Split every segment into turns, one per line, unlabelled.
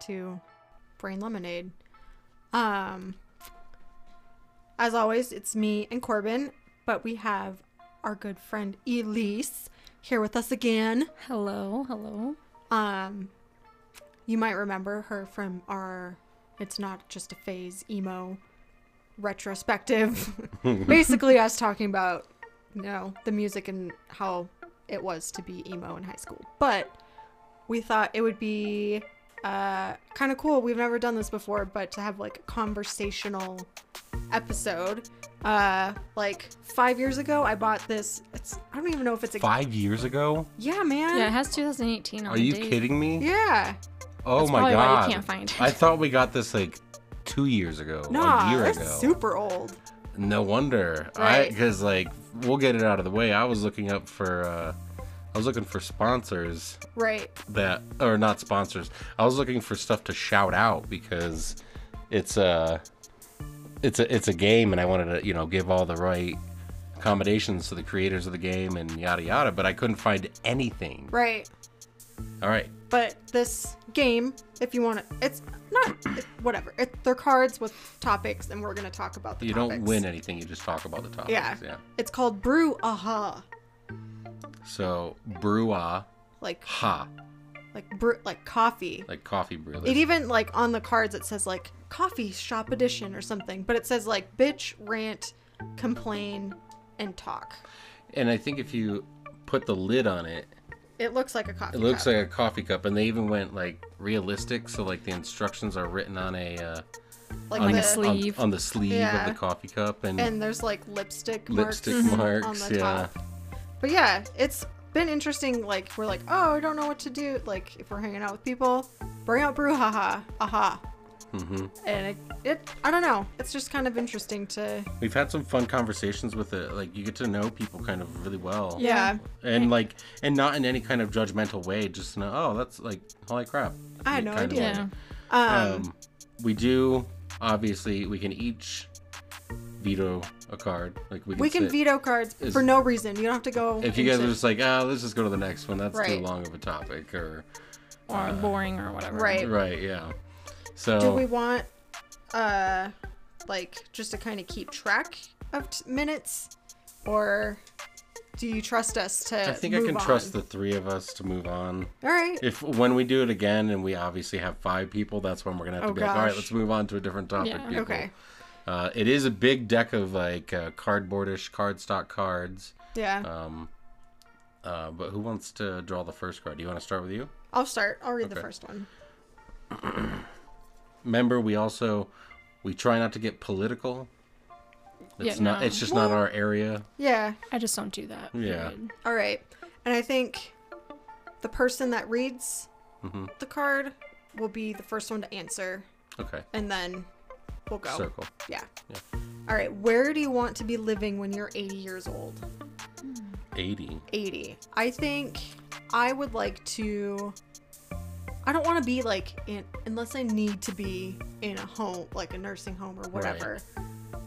to Brain Lemonade. Um, as always, it's me and Corbin, but we have our good friend Elise here with us again.
Hello, hello.
Um, you might remember her from our "It's Not Just a Phase" emo retrospective. Basically, us talking about you know the music and how it was to be emo in high school. But we thought it would be uh, kind of cool. We've never done this before, but to have like a conversational episode. Uh, like five years ago, I bought this. It's I don't even know if it's a
Five years ago?
yeah, man.
Yeah, it has 2018 on
Are
the
you
date.
kidding me?
Yeah.
Oh
That's
my
probably
god.
why you can't find it.
I thought we got this like two years ago,
Nah,
a year
that's
ago.
super old.
No wonder. I
Right.
because like we'll get it out of the way. I was looking up for uh I was looking for sponsors
Right.
that or not sponsors. I was looking for stuff to shout out because it's a it's a it's a game and I wanted to, you know, give all the right accommodations to the creators of the game and yada yada, but I couldn't find anything.
Right.
All right.
But this game, if you want to, it's not it, whatever. It, they're cards with topics, and we're gonna talk about the.
You don't
topics.
win anything, you just talk about the topics.
Yeah. It's called Brew Aha,
So brua
like
ha,
like brew like coffee.
like coffee brew.
It even like on the cards it says like coffee shop edition or something, but it says like bitch, rant, complain, and talk.
and I think if you put the lid on it,
It looks like a coffee.
it looks
cup.
like a coffee cup. And they even went like realistic, so like the instructions are written on a uh,
like
on,
a
the-
on-
sleeve.
on, the sleeve of
Yeah.
the coffee cup and,
and there's like lipstick marks
lipstick marks.
on the
yeah,
top. But yeah, it's been interesting. Like we're like, oh, I don't know what to do. Like if we're hanging out with people, bring out brouhaha, aha. Mm-hmm. And it, it, I don't know. It's just kind of interesting to,
we've had some fun conversations with it. Like you get to know people kind of really well.
yeah.
And like, and not in any kind of judgmental way. Just in a, oh, that's like holy crap.
I had no
kind of
idea.
way.
yeah.
Um,
Um, we do obviously we can each veto a card. Like we can,
we can
sit-
veto cards
is-
for no reason. You don't have to go.
If you guys
into-
are just like, oh, let's just go to the next one. That's
Right.
too long of a topic, or
Or boring or whatever.
right.
right, yeah. So
Do we want, uh, like just to kind of keep track of t- minutes, or do you trust us to?
I think I can trust the three of us to move on.
All right.
If when we do it again, and we obviously have five people, that's when we're gonna have to
Oh,
be like, all right,
gosh.
let's move on to a different topic.
Yeah.
people."
Okay.
Uh, it is a big deck of like uh, cardboardish cardstock cards.
Yeah.
Um, uh, but who wants to draw the first card? Do you want to start with you?
I'll start. I'll read the
okay.
first one.
remember we also we try not to get political it's
Yeah,
not
no.
it's just not our area
Yeah.
I just don't do that.
Yeah.
period.
All right. And I think the person that reads
Mm-hmm.
the card will be the first one to answer,
okay
and then we'll go.
circle
Yeah.
Yeah.
All right. Where do you want to be living when you're 80 years old?
80
80. I think I would like to. I don't want to be like in, unless I need to be in a home, like a nursing home or whatever.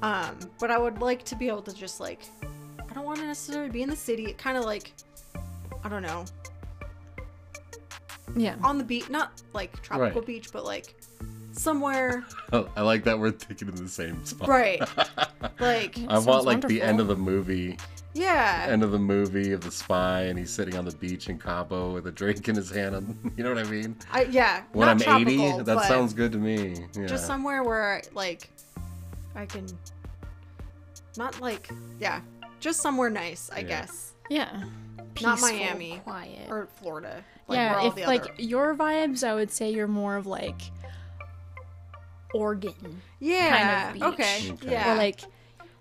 Um, but I would like to be able to just like, I don't want to necessarily be in the city. It kind of like, I don't know,
Yeah.
on the beach, not like tropical
Right.
beach, but like somewhere,
Oh, i like that we're thinking in the same spot
right? like,
i
Sounds
want like the
wonderful.
end of the movie
yeah,
end of the movie of the spy and he's sitting on the beach in cabo with a drink in his hand and, you know what i mean
I yeah.
when
not
i'm 80
tropical,
that
but-
sounds good to me yeah
just somewhere where like I can not like yeah, just somewhere nice, I
Yeah.
guess,
Yeah.
Not
Peaceful,
Miami.
Quiet.
or Florida. where
yeah,
all
if
the
like
other-
your vibes, I would say you're more of like Oregon
yeah,
beach.
okay,
Okay.
yeah,
or like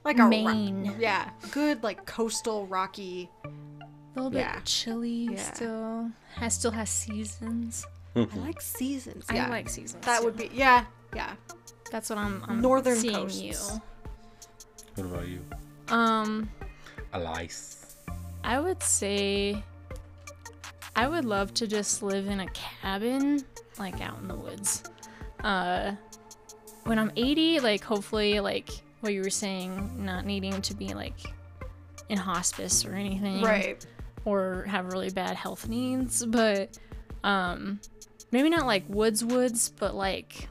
like a
Maine.
ro- yeah, good like coastal rocky.
a little bit
Yeah.
chilly
Yeah.
still. Has still has seasons.
Mm-hmm.
I like seasons.
I
Yeah.
like seasons.
that
too.
would be yeah, yeah.
that's what I'm, I'm
Northern
seeing
coasts.
you.
what about you
Um,
alice
I would say I would love to just live in a cabin, like out in the woods. Uh, when I'm 80, like hopefully, like what you were saying, not needing to be like in hospice or anything,
Right.
Or have really bad health needs, but um, maybe not like woods woods, but like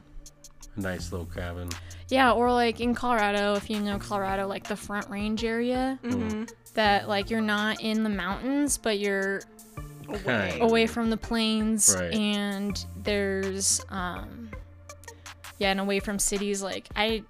Nice little cabin.
yeah, or like in Colorado, if you know Colorado, like the Front Range area,
Oh,
mm-hmm.
that like you're not in the mountains, but you're
Kind.
Oh,
away from the plains
Right.
and there's um yeah and away from cities like i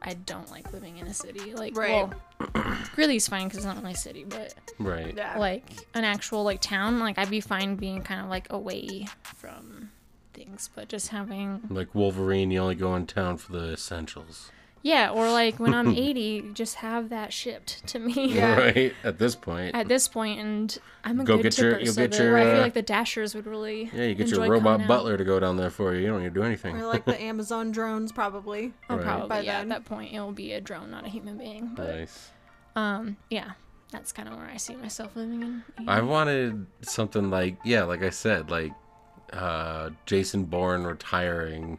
i don't like living in a city like
Right.
well greeley's fine because it's not really a city but
Right.
Yeah.
like an actual like town like i'd be fine being kind of like away from things but just having
Like Wolverine, you only go in town for the essentials.
yeah or like when i'm 80 just have that shipped to me
Yeah.
Right? At this point.
at this point and i'm a
Go
good
get your-
tipper
you'll
so
get
the-
your,
i
uh,
feel like the dashers would really
yeah, you get
enjoy
your
coming
robot
out.
butler to go down there for you. You don't need to do anything.
Or like the Amazon drones, probably.
Oh,
Right.
probably.
By
yeah,
then.
at that point, it will be a drone, not a human being. But
Nice.
um, yeah, that's kind of where I see myself living in.
I wanted something like yeah, like I said, like uh, Jason Bourne retiring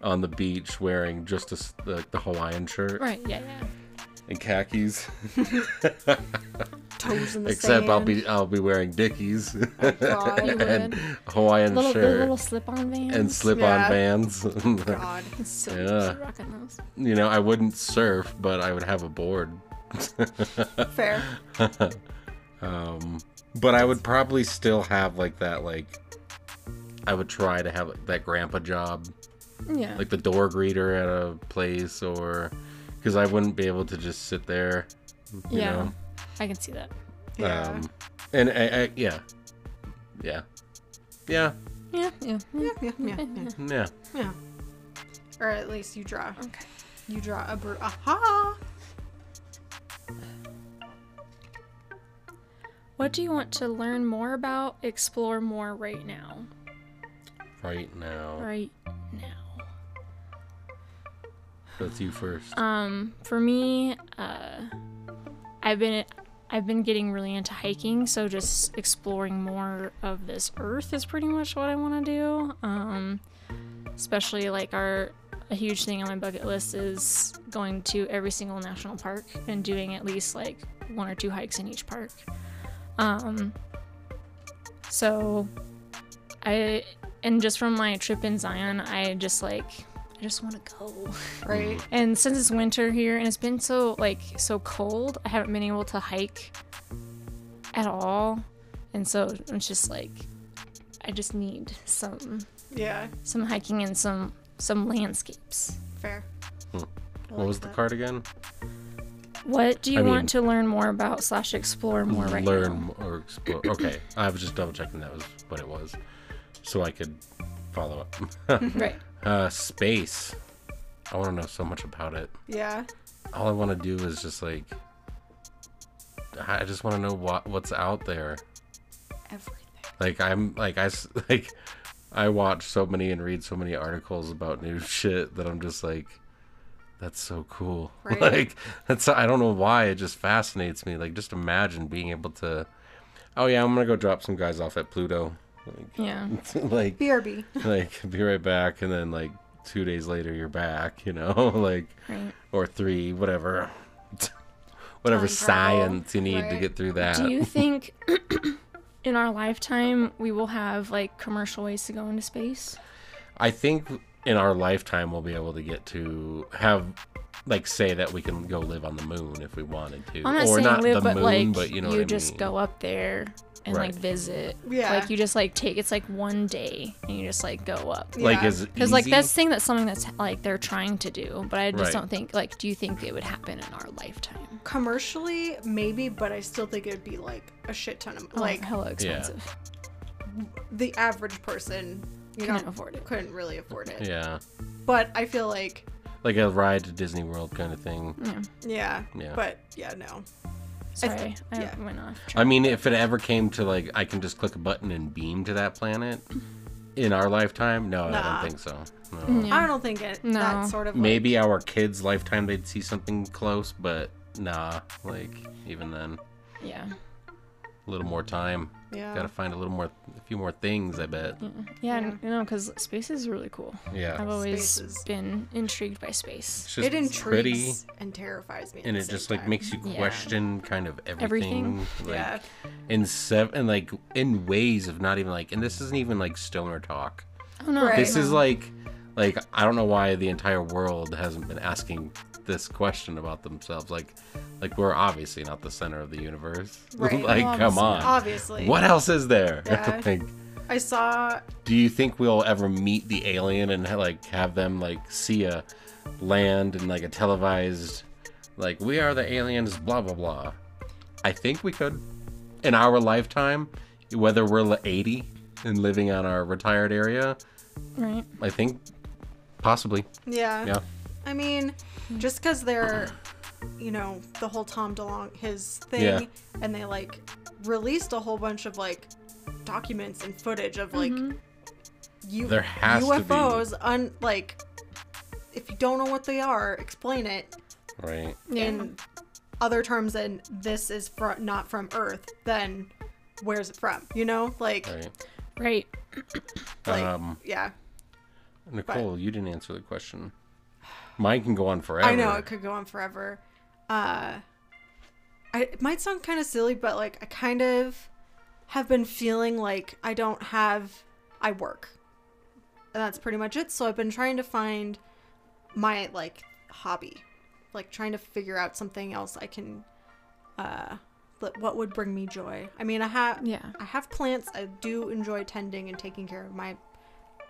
on the beach wearing just a s like the Hawaiian shirt
right. Yeah. Yeah.
and khakis.
Toes in the
Except I'll
sand.
be I'll be wearing Dickies
God.
You
and
would.
Hawaiian
Little the
shirt
little slip-on vans.
and slip
Yeah.
on bands.
God.
It's So
Yeah.
yeah. Rocking those.
you know, I wouldn't surf, but I would have a board.
Fair.
Um, but I would probably still have like that like I would try to have that grandpa job
Yeah.
like the door greeter at a place or because I wouldn't be able to just sit there. You
yeah.
Know?
I can see that.
Yeah.
Um, and I, I, yeah, yeah, yeah,
Yeah. Yeah. yeah.
yeah, yeah, yeah, yeah,
yeah.
yeah. Or at least you draw.
Okay.
You draw a bird. Aha!
What do you want to learn more about? Explore more right now.
Right now,
Right now.
that's you first.
Um, for me, uh, I've been I've been getting really into hiking, so just exploring more of this earth is pretty much what I want to do. Um, especially like our a huge thing on my bucket list is going to every single national park and doing at least like one or two hikes in each park. Um, so I and just from my trip in Zion, I just like I just want to go.
Right?
And since it's winter here and it's been so like so cold, I haven't been able to hike at all. And so it's just like I just need some
Mm-hmm.
Yeah.
some hiking and some some landscapes.
Fair. I
what
like
was the
that.
card again?
What do you
I
want
mean-
to learn more about slash explore more right
Learn
now?
mo- or explore. okay, I was just double checking that was what it was, so I could follow up.
Right.
uh, space. I want to know so much about it.
Yeah.
all I want to do is just like I I just want to know what what's out there.
Everything.
Like I'm like I s- like I watch so many and read so many articles about new shit that I'm just like that's so cool.
Right.
Like that's I don't know why it just fascinates me. Like just imagine being able to Oh yeah, I'm going to go drop some guys off at Pluto.
Yeah.
Like
BRB.
like be right back and then like 2 days later you're back, you know? like
Right.
or three, whatever, whatever
Time travel,
science you need to
right.
get through that.
Do you think in our lifetime we will have like commercial ways to go into space?
I think in our lifetime we'll be able to get to have, like, say that we can go live on the moon if we wanted to,
I'm not
or
saying
not
live,
the
but
moon,
like
but you know
you
what I
just
mean.
go up there and
Right.
like visit.
Yeah.
Like you just like take it's like one day and you just like go up.
Yeah.
Like is
Because like
easy?
that's the thing that's something that's like they're trying to do, but I just
Right.
don't think like do you think it would happen in our lifetime?
Commercially, maybe, but I still think it'd be like a shit ton of
Like
like
hella expensive.
the average person, you
Couldn't
know,
afford it.
couldn't really afford it.
yeah,
But I feel like,
like a ride to Disney World kind of thing.
Yeah.
yeah,
Yeah.
But yeah, no.
Sorry, I,
think- yeah.
went off. track.
I mean, if it ever came to like, I can just click a button and beam to that planet. In our lifetime, no, I
Nah.
don't think so. No.
Yeah.
I don't think it,
No.
that sort of like-
maybe our kids' lifetime they'd see something close, but nah, like even then,
Yeah.
a little more time.
yeah.
Gotta find a little more, a few more things. I bet.
Yeah, no, 'cause you because space is really cool. I've
Yeah,
always
Space is-
been intrigued by space.
it's
it
just
intrigues
pretty,
and terrifies me. at
and
the
it
same
just like
time.
makes you
Yeah.
question kind of everything.
Everything.
Like,
Yeah.
In seven, and like in ways of not even like, and this isn't even like stoner talk.
Oh no.
Right.
This is like, like I don't know why the entire world hasn't been asking this question about themselves. Like, like we're obviously not the center of the universe.
Right.
like, come
Obviously.
on.
Obviously.
What else is there?
Yeah.
like,
I saw
do you think we'll ever meet the alien and like have them like see a land and like a televised like we are the aliens blah blah blah i think we could in our lifetime whether we're li- 80 and living on our retired area
Right.
i think possibly
Yeah.
yeah
I mean, just because they're, you know, the whole Tom DeLonge his thing,
Yeah.
and they like released a whole bunch of like documents and footage of like you
There has to be.
UFOs, un like if you don't know what they are, explain it
right
Yeah.
in other terms than this is fr- not from Earth. Then where's it from? You know, like,
right
Right.
like
um
yeah.
nicole you didn't answer the question mine can go on forever
I know it could go on forever. Uh, I, it might sound kind of silly, but like I kind of have been feeling like I don't have. I work, and that's pretty much it. So I've been trying to find my like hobby, like trying to figure out something else I can. Uh, that- what would bring me joy? I mean, I have
Yeah.
I have plants. I do enjoy tending and taking care of my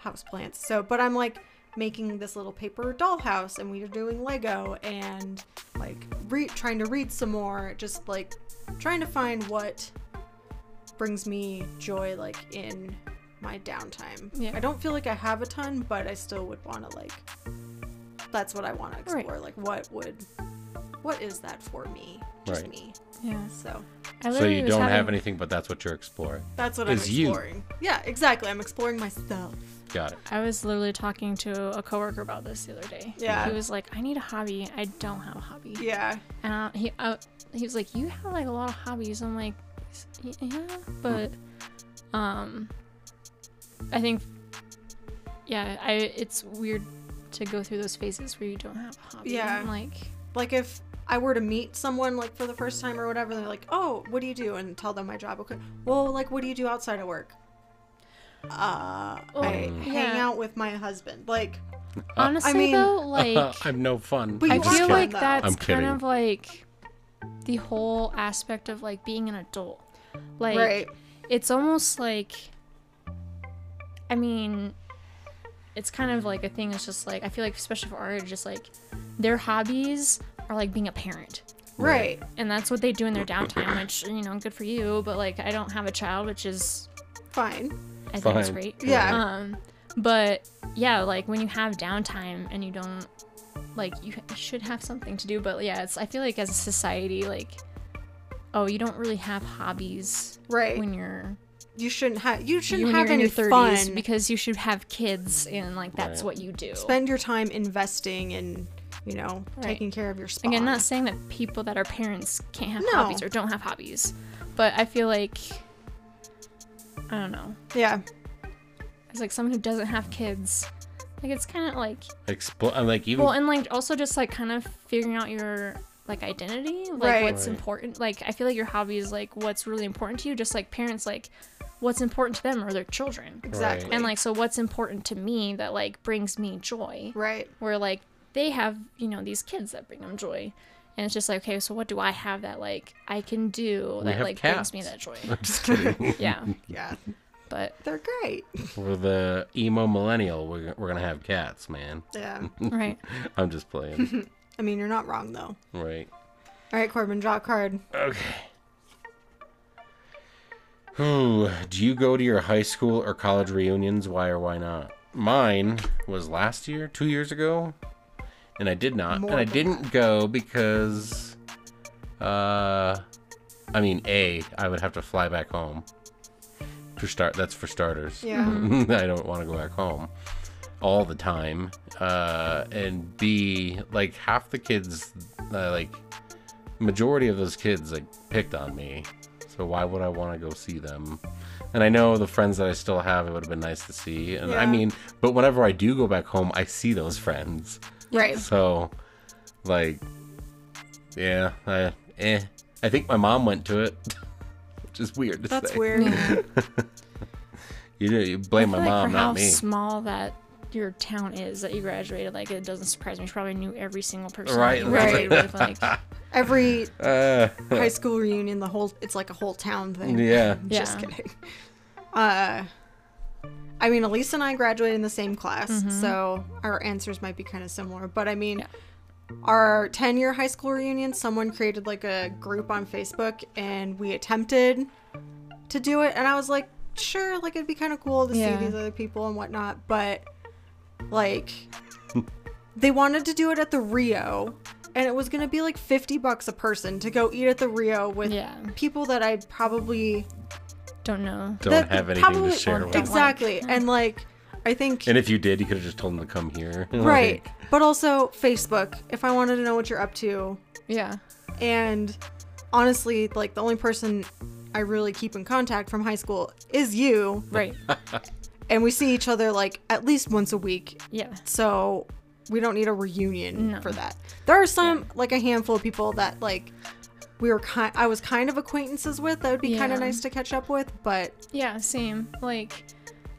house plants. So, but I'm like making this little paper dollhouse and we are doing Lego and like re- trying to read some more, just like trying to find what brings me joy like in my downtime.
Yeah.
I don't feel like I have a ton, but I still would want to like that's what I want to
Right.
explore. Like what would what is that for me? Just
Right.
me.
Yeah.
So,
I
so
literally
you
was
don't
having-
have anything but that's what you're exploring
that's what
Is
I'm
you.
exploring. Yeah, exactly. I'm exploring myself.
got it
I was literally talking to a coworker about this the other day.
Yeah.
He was like, "I need a hobby. I don't have a hobby."
Yeah.
And I, he I, he was like, "You have like a lot of hobbies." I'm like, "S- "Yeah, but um, I think yeah, I it's weird to go through those phases where you don't have a hobby."
Yeah.
I'm like,
like if I were to meet someone like for the first time or whatever, they're like, "Oh, what do you do?" and tell them my job. Okay, well, like, what do you do outside of work? Uh,
Well,
I
Mm.
hang
yeah.
out with my husband. Like,
honestly
mean-
though, like
Uh, i'm no fun
But
I
you
I'm just
are
feel
kidding.
like
though.
that's
I'm
kind
kidding.
of like the whole aspect of like being an adult. Like
right?
it's almost like I mean it's kind of like a thing that's just like I feel like especially for art just like their hobbies are like being a parent.
Right.
And that's what they do in their downtime, which you know, good for you, but like I don't have a child, which is
Fine.
I think it's
Fine.
great.
Yeah.
Um but yeah, like when you have downtime and you don't like you ha- should have something to do, but yeah, it's I feel like as a society like oh, you don't really have hobbies
Right.
when you're
you shouldn't have. You shouldn't
when
have
you're in
any
your 30s
fun.
because you should have kids and like that's
Right.
what you do.
Spend your time investing and you know
Right.
taking care of your spawn.
Again, not saying that people that are parents can't have
No.
hobbies or don't have hobbies, but I feel like I don't know.
yeah.
It's like someone who doesn't have kids. Like it's kind of like
Expl- I'm like even
well, and like also just like kind of figuring out your like identity, like
Right.
what's
Right.
important. Like I feel like your hobby is like what's really important to you. Just like parents, like what's important to them or their children.
Exactly.
And like so, what's important to me that like brings me joy.
Right.
where like they have you know these kids that bring them joy and it's just like okay so what do i have that like i can do
We
that
have
like brings me that joy
I'm just kidding.
yeah
Yeah.
but
They're great.
We're the emo millennial. We're, we're gonna have cats, man.
Yeah.
right
I'm just playing.
I mean, you're not wrong though.
right.
All right, Corbin, draw a card.
Okay. Who do you go to your high school or college reunions? Why or why not? Mine was last year, two years ago, and I did not.
More
and I
than
didn't go because, uh, I mean, a I would have to fly back home. To start, that's for starters.
Yeah.
I don't want to go back home all the time. Uh, and B, like half the kids, uh, like majority of those kids, like picked on me. So why would I want to go see them? And I know the friends that I still have, it would have been nice to see. And I
Yeah.
mean, but whenever I do go back home, I see those friends.
Right.
So, like, yeah, I, eh. I think my mom went to it, which is weird. To
That's
say.
weird.
You, do- you blame
I
my
feel like
mom,
for how
not me.
small that your town is that you graduated, like it doesn't surprise me. She probably knew every single person
Right,
that you
that's-
graduated with. Like,
Every
Uh,
high school reunion, the whole it's like a whole town thing.
yeah.
Just
Yeah.
kidding. Uh, I mean, Elise and I graduated in the same class, so our answers might be kind of similar. But I mean,
Mm-hmm. Yeah.
our 10 year high school reunion, someone created like a group on Facebook and we attempted to do it. And I was like, sure, like it'd be kind of cool to
Yeah.
see these other people and whatnot. But like, they wanted to do it at the Rio. And it was gonna be like fifty bucks a person to go eat at the Rio with
yeah,
people that I probably
don't know.
Don't
that
have anything
probably-
to share with.
don't want-
Exactly, and like I think
And if you did, you could have just told them to come here. Like,
right, but also Facebook. If I wanted to know what you're up to,
Yeah,
and honestly, like the only person I really keep in contact from high school is you,
right.
and we see each other like at least once a week.
Yeah,
So we don't need a reunion
No.
for that. There are some like a handful of people that like we were kind I was kind of acquaintances with that would be kind
Yeah.
of nice to catch up with, but
yeah, same. Like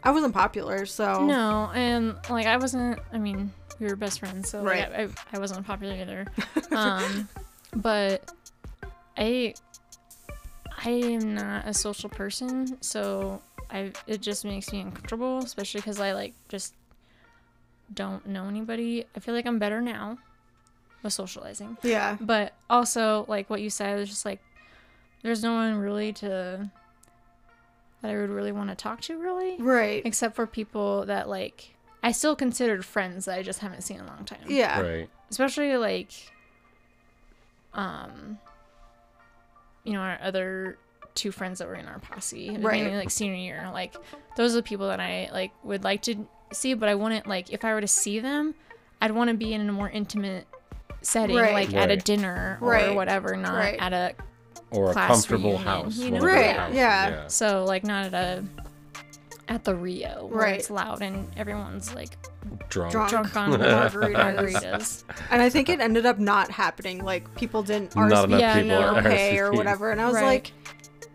I wasn't popular, so
no, and like I wasn't. I mean, we were best friends, so like, I, I wasn't popular either. Um, but I I am not a social person, so I it just makes me uncomfortable, especially because I like just don't know anybody. I feel like I'm better now with socializing,
yeah.
but also like what you said, it's just like there's no one really to that I would really want to talk to, really,
Right.
except for people that like I still considered friends that I just haven't seen in a long time
Yeah.
Right.
especially like um you know our other two friends that were in our posse
Right.
mainly, like senior year like those are the people that i like would like to see but i wouldn't like if i were to see them i'd want to be in a more intimate setting
Right.
like at a
Right.
dinner or
Right.
whatever not
Right.
at a
Or a
Class
comfortable
reunion,
house.
you
one
know?
of those
Right,
houses,
yeah.
so like not at a at the rio where
Right.
it's loud and everyone's like
Drunk.
Drunk.
drunk on
Margaritas.
margaritas
and I think it ended up not happening. Like people didn't
Not
RSVP
enough
Yeah,
people
no.
are
or pay or
RSVP.
whatever. And I was
Right.
like,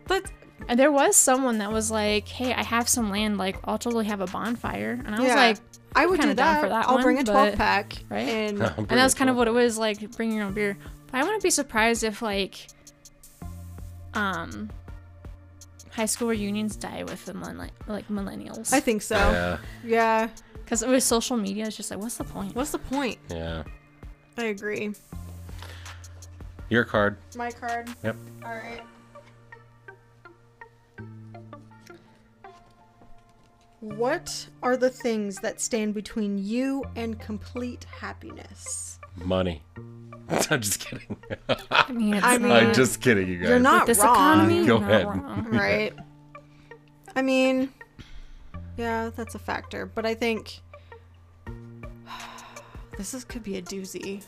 that's
And there was someone that was like, "Hey, I have some land. Like, I'll totally have a bonfire." And I was
yeah.
like,
I would do
kinda down
that.
for that
I'll
one,
bring a
but-
12 pack.
Right?
And
and that was kind of what it was like, bring your own beer. But I wouldn't be surprised if like, um, high school reunions die with the millenni- like millennials.
I think so. Yeah.
Yeah.
because with social media, it's just like, what's the point?
What's the point?
Yeah.
I agree.
Your card.
My card.
Yep.
All right. What are the things that stand between you and complete happiness?
Money. I'm just kidding.
I mean, it's
I mean,
not-
I'm just kidding, you guys.
You're not
with this
wrong.
economy.
Go
you're not
ahead.
wrong.
right? I mean, yeah, that's a factor, but I think this is could be a doozy.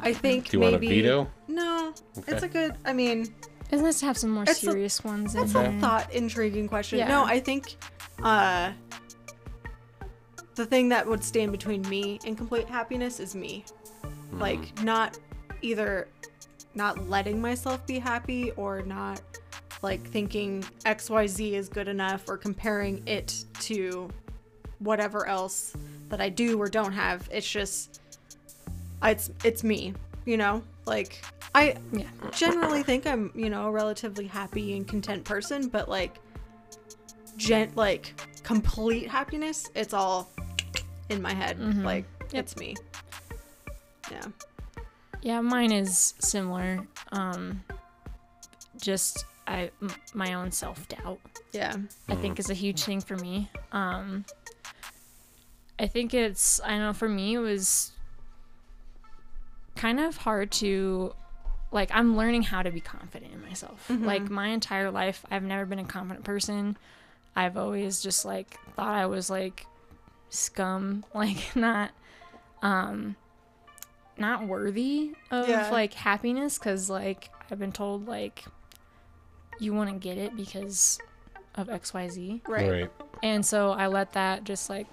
I think
Do you want a
maybe
veto?
no. It's
Okay.
a good. I mean,
It's nice to have some more
It's a-
serious ones.
that's
in
a
there.
thought intriguing question.
Yeah.
No, I think uh the thing that would stand between me and complete happiness is me. Like not either not letting myself be happy or not like thinking XYZ is good enough or comparing it to whatever else that I do or don't have. It's just it's it's me, you know? Like I
Yeah.
generally think I'm, you know, a relatively happy and content person, but like gent like complete happiness, it's all in my head. Like
Mm-hmm. Yep.
it's me. Yeah.
Yeah, mine is similar. Um, just I m- my own self doubt.
Yeah.
I think is a huge thing for me. Um, I think it's I know for me it was kind of hard to like I'm learning how to be confident in myself. Like my entire life I've never been a confident person. I've always just like thought I was like scum, like not um not worthy of
Yeah.
like happiness cuz like I've been told like you wouldn't get it because of XYZ.
Right.
And so I let that just like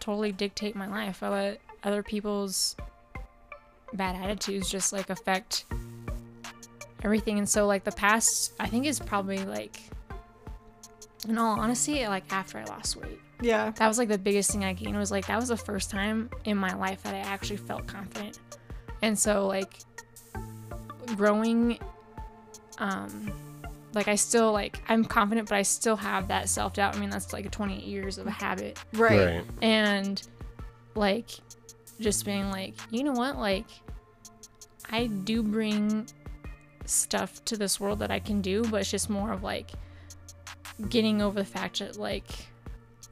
totally dictate my life. I let other people's bad attitudes just like affect everything. And so, like, the past, I think, is probably like in all honesty, like after I lost weight,
Yeah.
that was like the biggest thing I gained was like that was the first time in my life that I actually felt confident. And so like growing um like I still like I'm confident but I still have that self-doubt. I mean, that's like 28 years of a habit
Right.
and like just being like you know what like i do bring stuff to this world that i can do but it's just more of like getting over the fact that like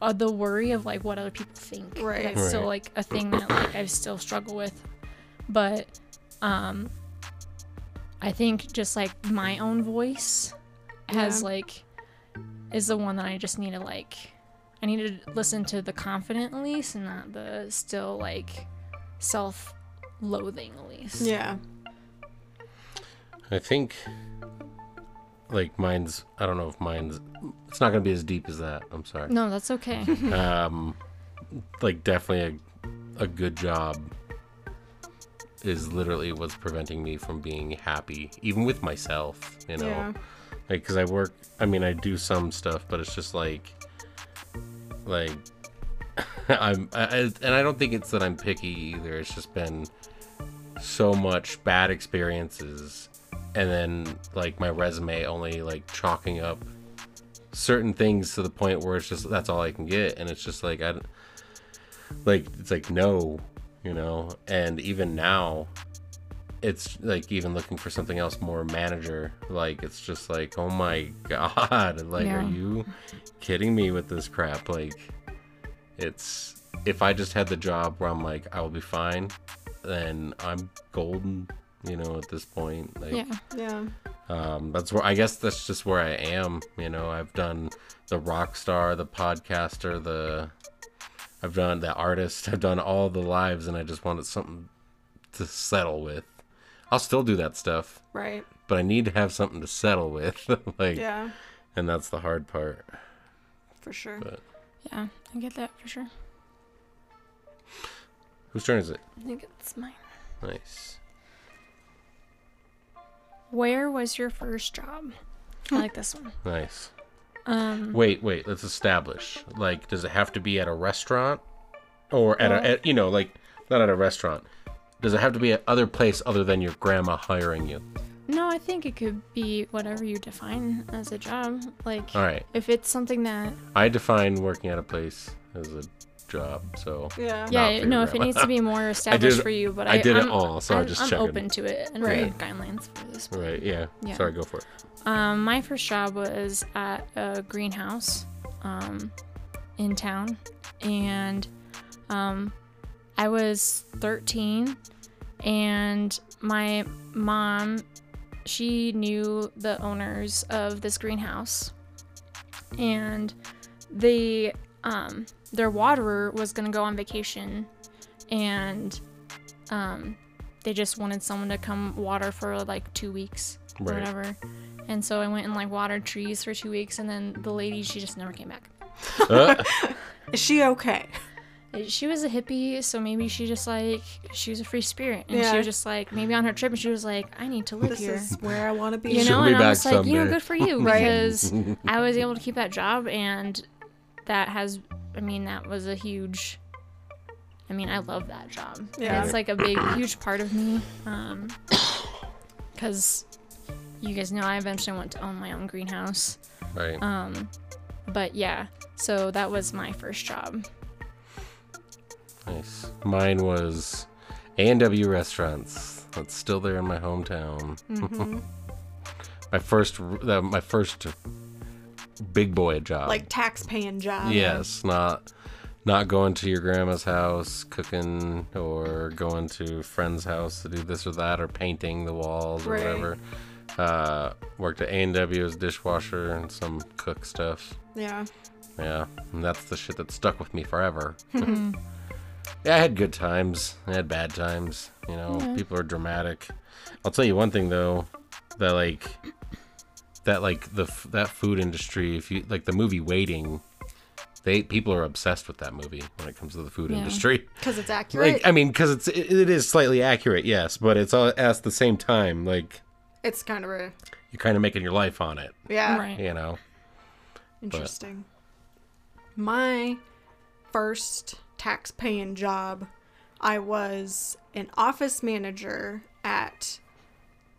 uh, the worry of like what other people think
Right.
that's still
Right.
like a thing that like i still struggle with but um i think just like my own voice has
Yeah.
like is the one that i just need to like I need to listen to the confident Elise and not the still like self loathing Elise.
Yeah.
I think like mine's I don't know if mine's it's not gonna be as deep as that. I'm sorry.
No, that's okay.
Um like definitely a a good job is literally what's preventing me from being happy, even with myself, you know.
Yeah.
Like, cause I work. I mean, I do some stuff, but it's just like, like, I'm, I, I- and I don't think it's that I'm picky either. It's just been so much bad experiences, and then like my resume only like chalking up certain things to the point where it's just that's all I can get, and it's just like I, don't- like it's like no, you know. And even now, it's like even looking for something else more manager like it's just like oh my god like
Yeah.
are you kidding me with this crap like it's if i just had the job where i'm like i'll be fine then i'm golden you know at this point like
yeah.
Yeah.
um that's where i guess that's just where i am you know i've done the rock star the podcaster the i've done the artist i've done all the lives and i just wanted something to settle with i'll still do that stuff
Right.
but i need to have something to settle with like
Yeah.
and that's the hard part
For sure.
But-
Yeah. I get that for sure.
whose turn is it
I think it's mine.
nice
Where was your first job? I like this one.
nice
Um
wait wait let's establish like does it have to be at a restaurant or at a at, you know like not at a restaurant does it have to be at other place other than your grandma hiring you
no, I think it could be whatever you define as a job. Like
all right
if it's something that
I define working at a place as a job, so
Yeah.
Not
Yeah,
for
no,
your
if it
grandma.
needs to be more established for you, but I,
I did it
I'm-
all, so I
I'm,
just
I'm
checking.
open to it and
Right.
right. guidelines for this.
right, yeah.
Yeah.
Sorry, go for it.
Um, my first job was at a greenhouse um, in town, and um, I was 13, and my mom, she knew the owners of this greenhouse, and they, um, their waterer was gonna go on vacation, and um, they just wanted someone to come water for like two weeks
Right.
or whatever. And so I went and like watered trees for two weeks, and then the lady she just never came back.
Uh,
Is she okay?
She was a hippie, so maybe she just like she was a free spirit, and
Yeah.
she was just like maybe on her trip, and she was like, I need to live
This
here.
is where I want to be.
you
She'll
know,
be
and I
back
was like, you know,
someday.
good for you
Right.
because I was able to keep that job, and that has, I mean, that was a huge. I mean, I love that job.
Yeah.
it's like a big, huge part of me. Um, because you guys know, I eventually want to own my own greenhouse.
right.
Um, but yeah, so that was my first job.
Nice. Mine was A and W restaurants. That's still there in my hometown.
Mm-hmm.
my first, r- uh, my first big boy job.
Like uh-huh. tax paying job.
yes, not not going to your grandma's house cooking or going to a friend's house to do this or that or painting the walls or
Right.
whatever. Uh, worked at A&W as dishwasher and some cook stuff.
Yeah.
Yeah, and that's the shit that stuck with me forever. yeah, I had good times. I had bad times. You know, people are dramatic. I'll tell you one thing though, that like, that like the f- that food industry. If you like the movie Waiting, they people are obsessed with that movie when it comes to the food
Yeah.
industry.
Because it's accurate.
Like, I mean, because it's it, it is slightly accurate, yes, but it's all at the same time like
it's kind of a. Uh,
you're kind of making your life on it
Yeah.
Right.
you know
Interesting. My first tax paying job, I was an office manager at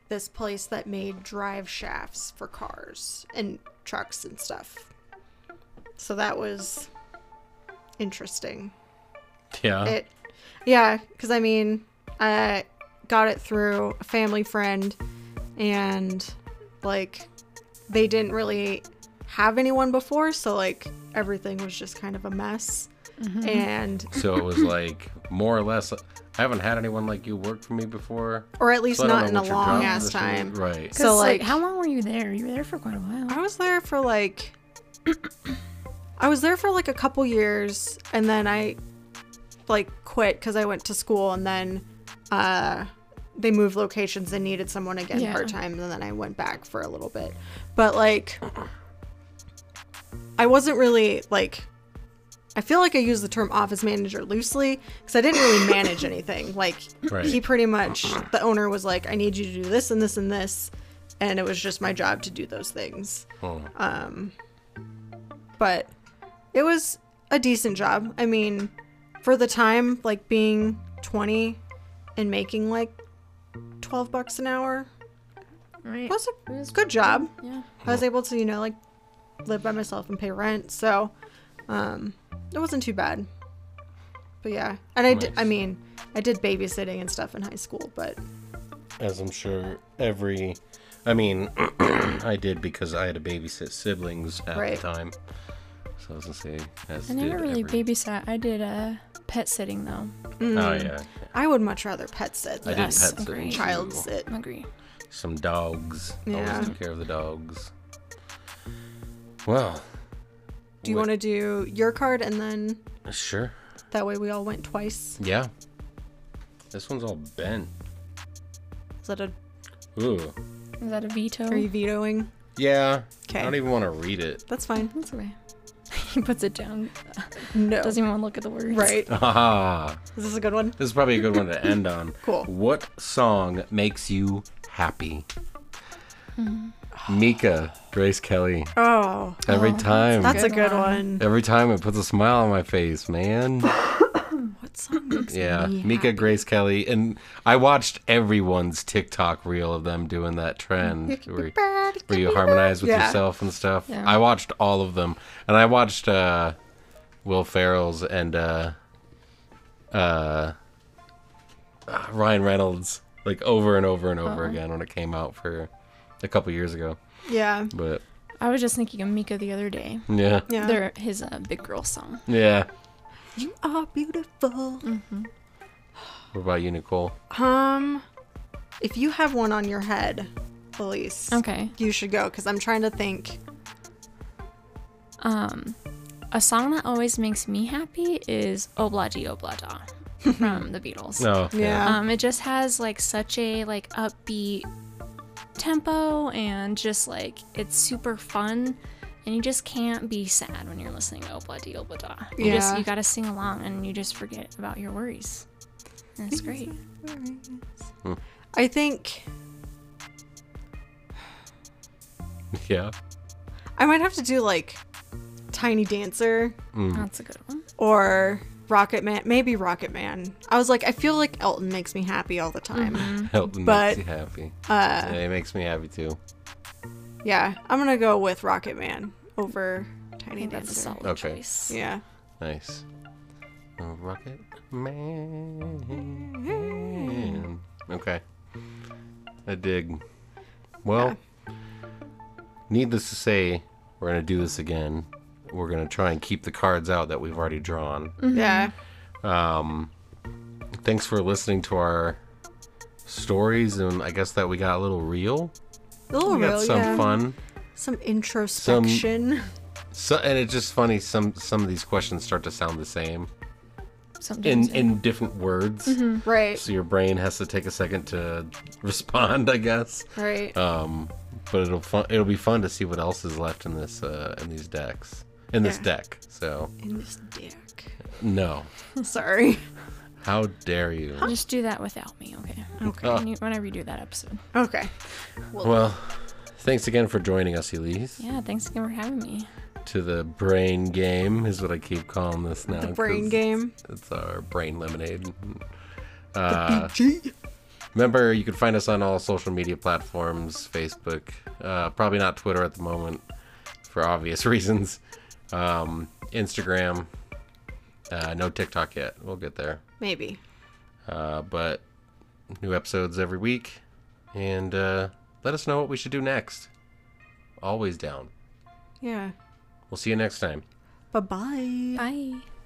this place that made drive shafts for cars and trucks and stuff. So that was interesting.
Yeah.
It, yeah, because I mean, I got it through a family friend, and like, they didn't really have anyone before, so like, everything was just kind of a mess.
Mm-hmm.
And,
so it was like more or less. I haven't had anyone like you work for me before.
or at least
so I don't
not in
know
a
what your job
long ass
position
time.
is. Right.
So, like-
how long were you there? You were there for quite a while.
I was there for like I was there for like a couple years and then I like quit cuz I went to school and then uh they moved locations and needed someone again
Yeah.
part-time and then I went back for a little bit. But like I wasn't really like I feel like I use the term office manager loosely cuz I didn't really manage anything. Like
Right.
he pretty much the owner was like I need you to do this and this and this and it was just my job to do those things
Hmm.
but it was a decent job. I mean, for the time, like being 20 and making like 12 bucks an hour
right.
was a uh, good job.
Yeah.
I was able to, you know, like live by myself and pay rent, so um it wasn't too bad. But yeah, and I did,
Nice.
I mean, I did babysitting and stuff in high school, but
as I'm sure every. I mean, I did because I had to babysit siblings at
Right.
the time. So I was gonna say, as
I never
did
really
every-
babysat. I did uh, pet sitting though.
Oh
mm,
yeah,
I would much rather pet sit than
I did
Yes,
pet sitting.
agreed.
child
too.
sit.
Agree.
Some dogs.
Yeah.
Always took care of the dogs. Well,
Do you want to do your card and then
to? Sure.
that way we all went twice?
Yeah. This one's all bent.
Is that a
Ooh.
Is that a veto?
Are you vetoing?
Yeah. I
Okay.
don't even want to read it.
That's fine.
That's okay. he puts it down.
No.
Doesn't even want to look at the words.
right.
Ah,
Is this a good one?
this is probably a good one to end on.
Cool.
What song makes you happy?
Mm.
Mika, Grace Kelly.
Oh,
Every time.
that's a
Good
good one.
one.
Every time it puts a smile on my face, man.
What song makes
Yeah.
me
Mika
happy?
Grace Kelly. And I watched everyone's TikTok reel of them doing that trend where, where you harmonize with
Yeah.
yourself and stuff.
Yeah.
I watched all of them. And I watched uh, Will Ferrell's and uh, uh, uh, Ryan Reynolds like over and over and over again when it came out for a couple years ago.
Yeah.
But
I was just thinking of Mika the other day.
yeah.
Yeah.
Their his uh, big girl song.
Yeah.
You are beautiful.
What about you, Nicole?
Um, if you have one on your head, Elise,
Okay.
you should go because I'm trying to think.
Um, a song that always makes me happy is Obla Di Obla Da from the Beatles.
No.
Yeah.
Um, it just has like such a like upbeat tempo and just like it's super fun and you just can't be sad when you're listening to Obla Di Obla Da. You
Yeah.
just you gotta sing along and you just forget about your worries. And it's great.
Mm-hmm. I think
Yeah.
I might have to do like Tiny Dancer
Mm.
That's a good one.
or Rocket Man. Maybe Rocket Man. I was like, I feel like Elton makes me happy all the
Mm-hmm.
time.
Elton
But, uh,
makes you happy. yeah, it makes me happy too.
Yeah, I'm gonna go with Rocket Man over
I
Tiny
think that's a
Dancer.
solid
Okay.
choice.
Yeah.
Nice. A rocket man. Okay. I dig. Well, needless to say, we're going to do this again. We're going to try and keep the cards out that we've already drawn.
Mm-hmm.
Um,
Yeah.
Thanks for listening to our stories and I guess that we got a little real.
A little
We got
real,
some
yeah.
fun.
Some introspection.
So, and it's just funny some some of these questions start to sound the same in
Sometimes
in different words.
Mm-hmm.
Mm-hmm.
Right.
so your brain has to take a second to respond, I guess.
Right.
Um, but it'll fun, it'll be fun to see what else is left in this uh, in these decks in this
Yeah.
deck. So
In this dick.
no,
Sorry.
how dare you?
just do that without me, okay?
Okay.
Oh.
When you- Whenever you do that episode.
Okay.
Well, thanks again for joining us, Elise.
Yeah, thanks again for having me.
to the brain game is what I keep calling this now.
The brain
'cause
game.
It's our brain lemonade. Uh, remember, you can find us on all social media platforms Facebook, uh, probably not Twitter at the moment for obvious reasons. Um, Instagram, uh, no TikTok yet. We'll get there.
Maybe.
Uh, but new episodes every week. And uh, let us know what we should do next. Always down.
Yeah.
We'll see you next time.
Bye bye.
Bye.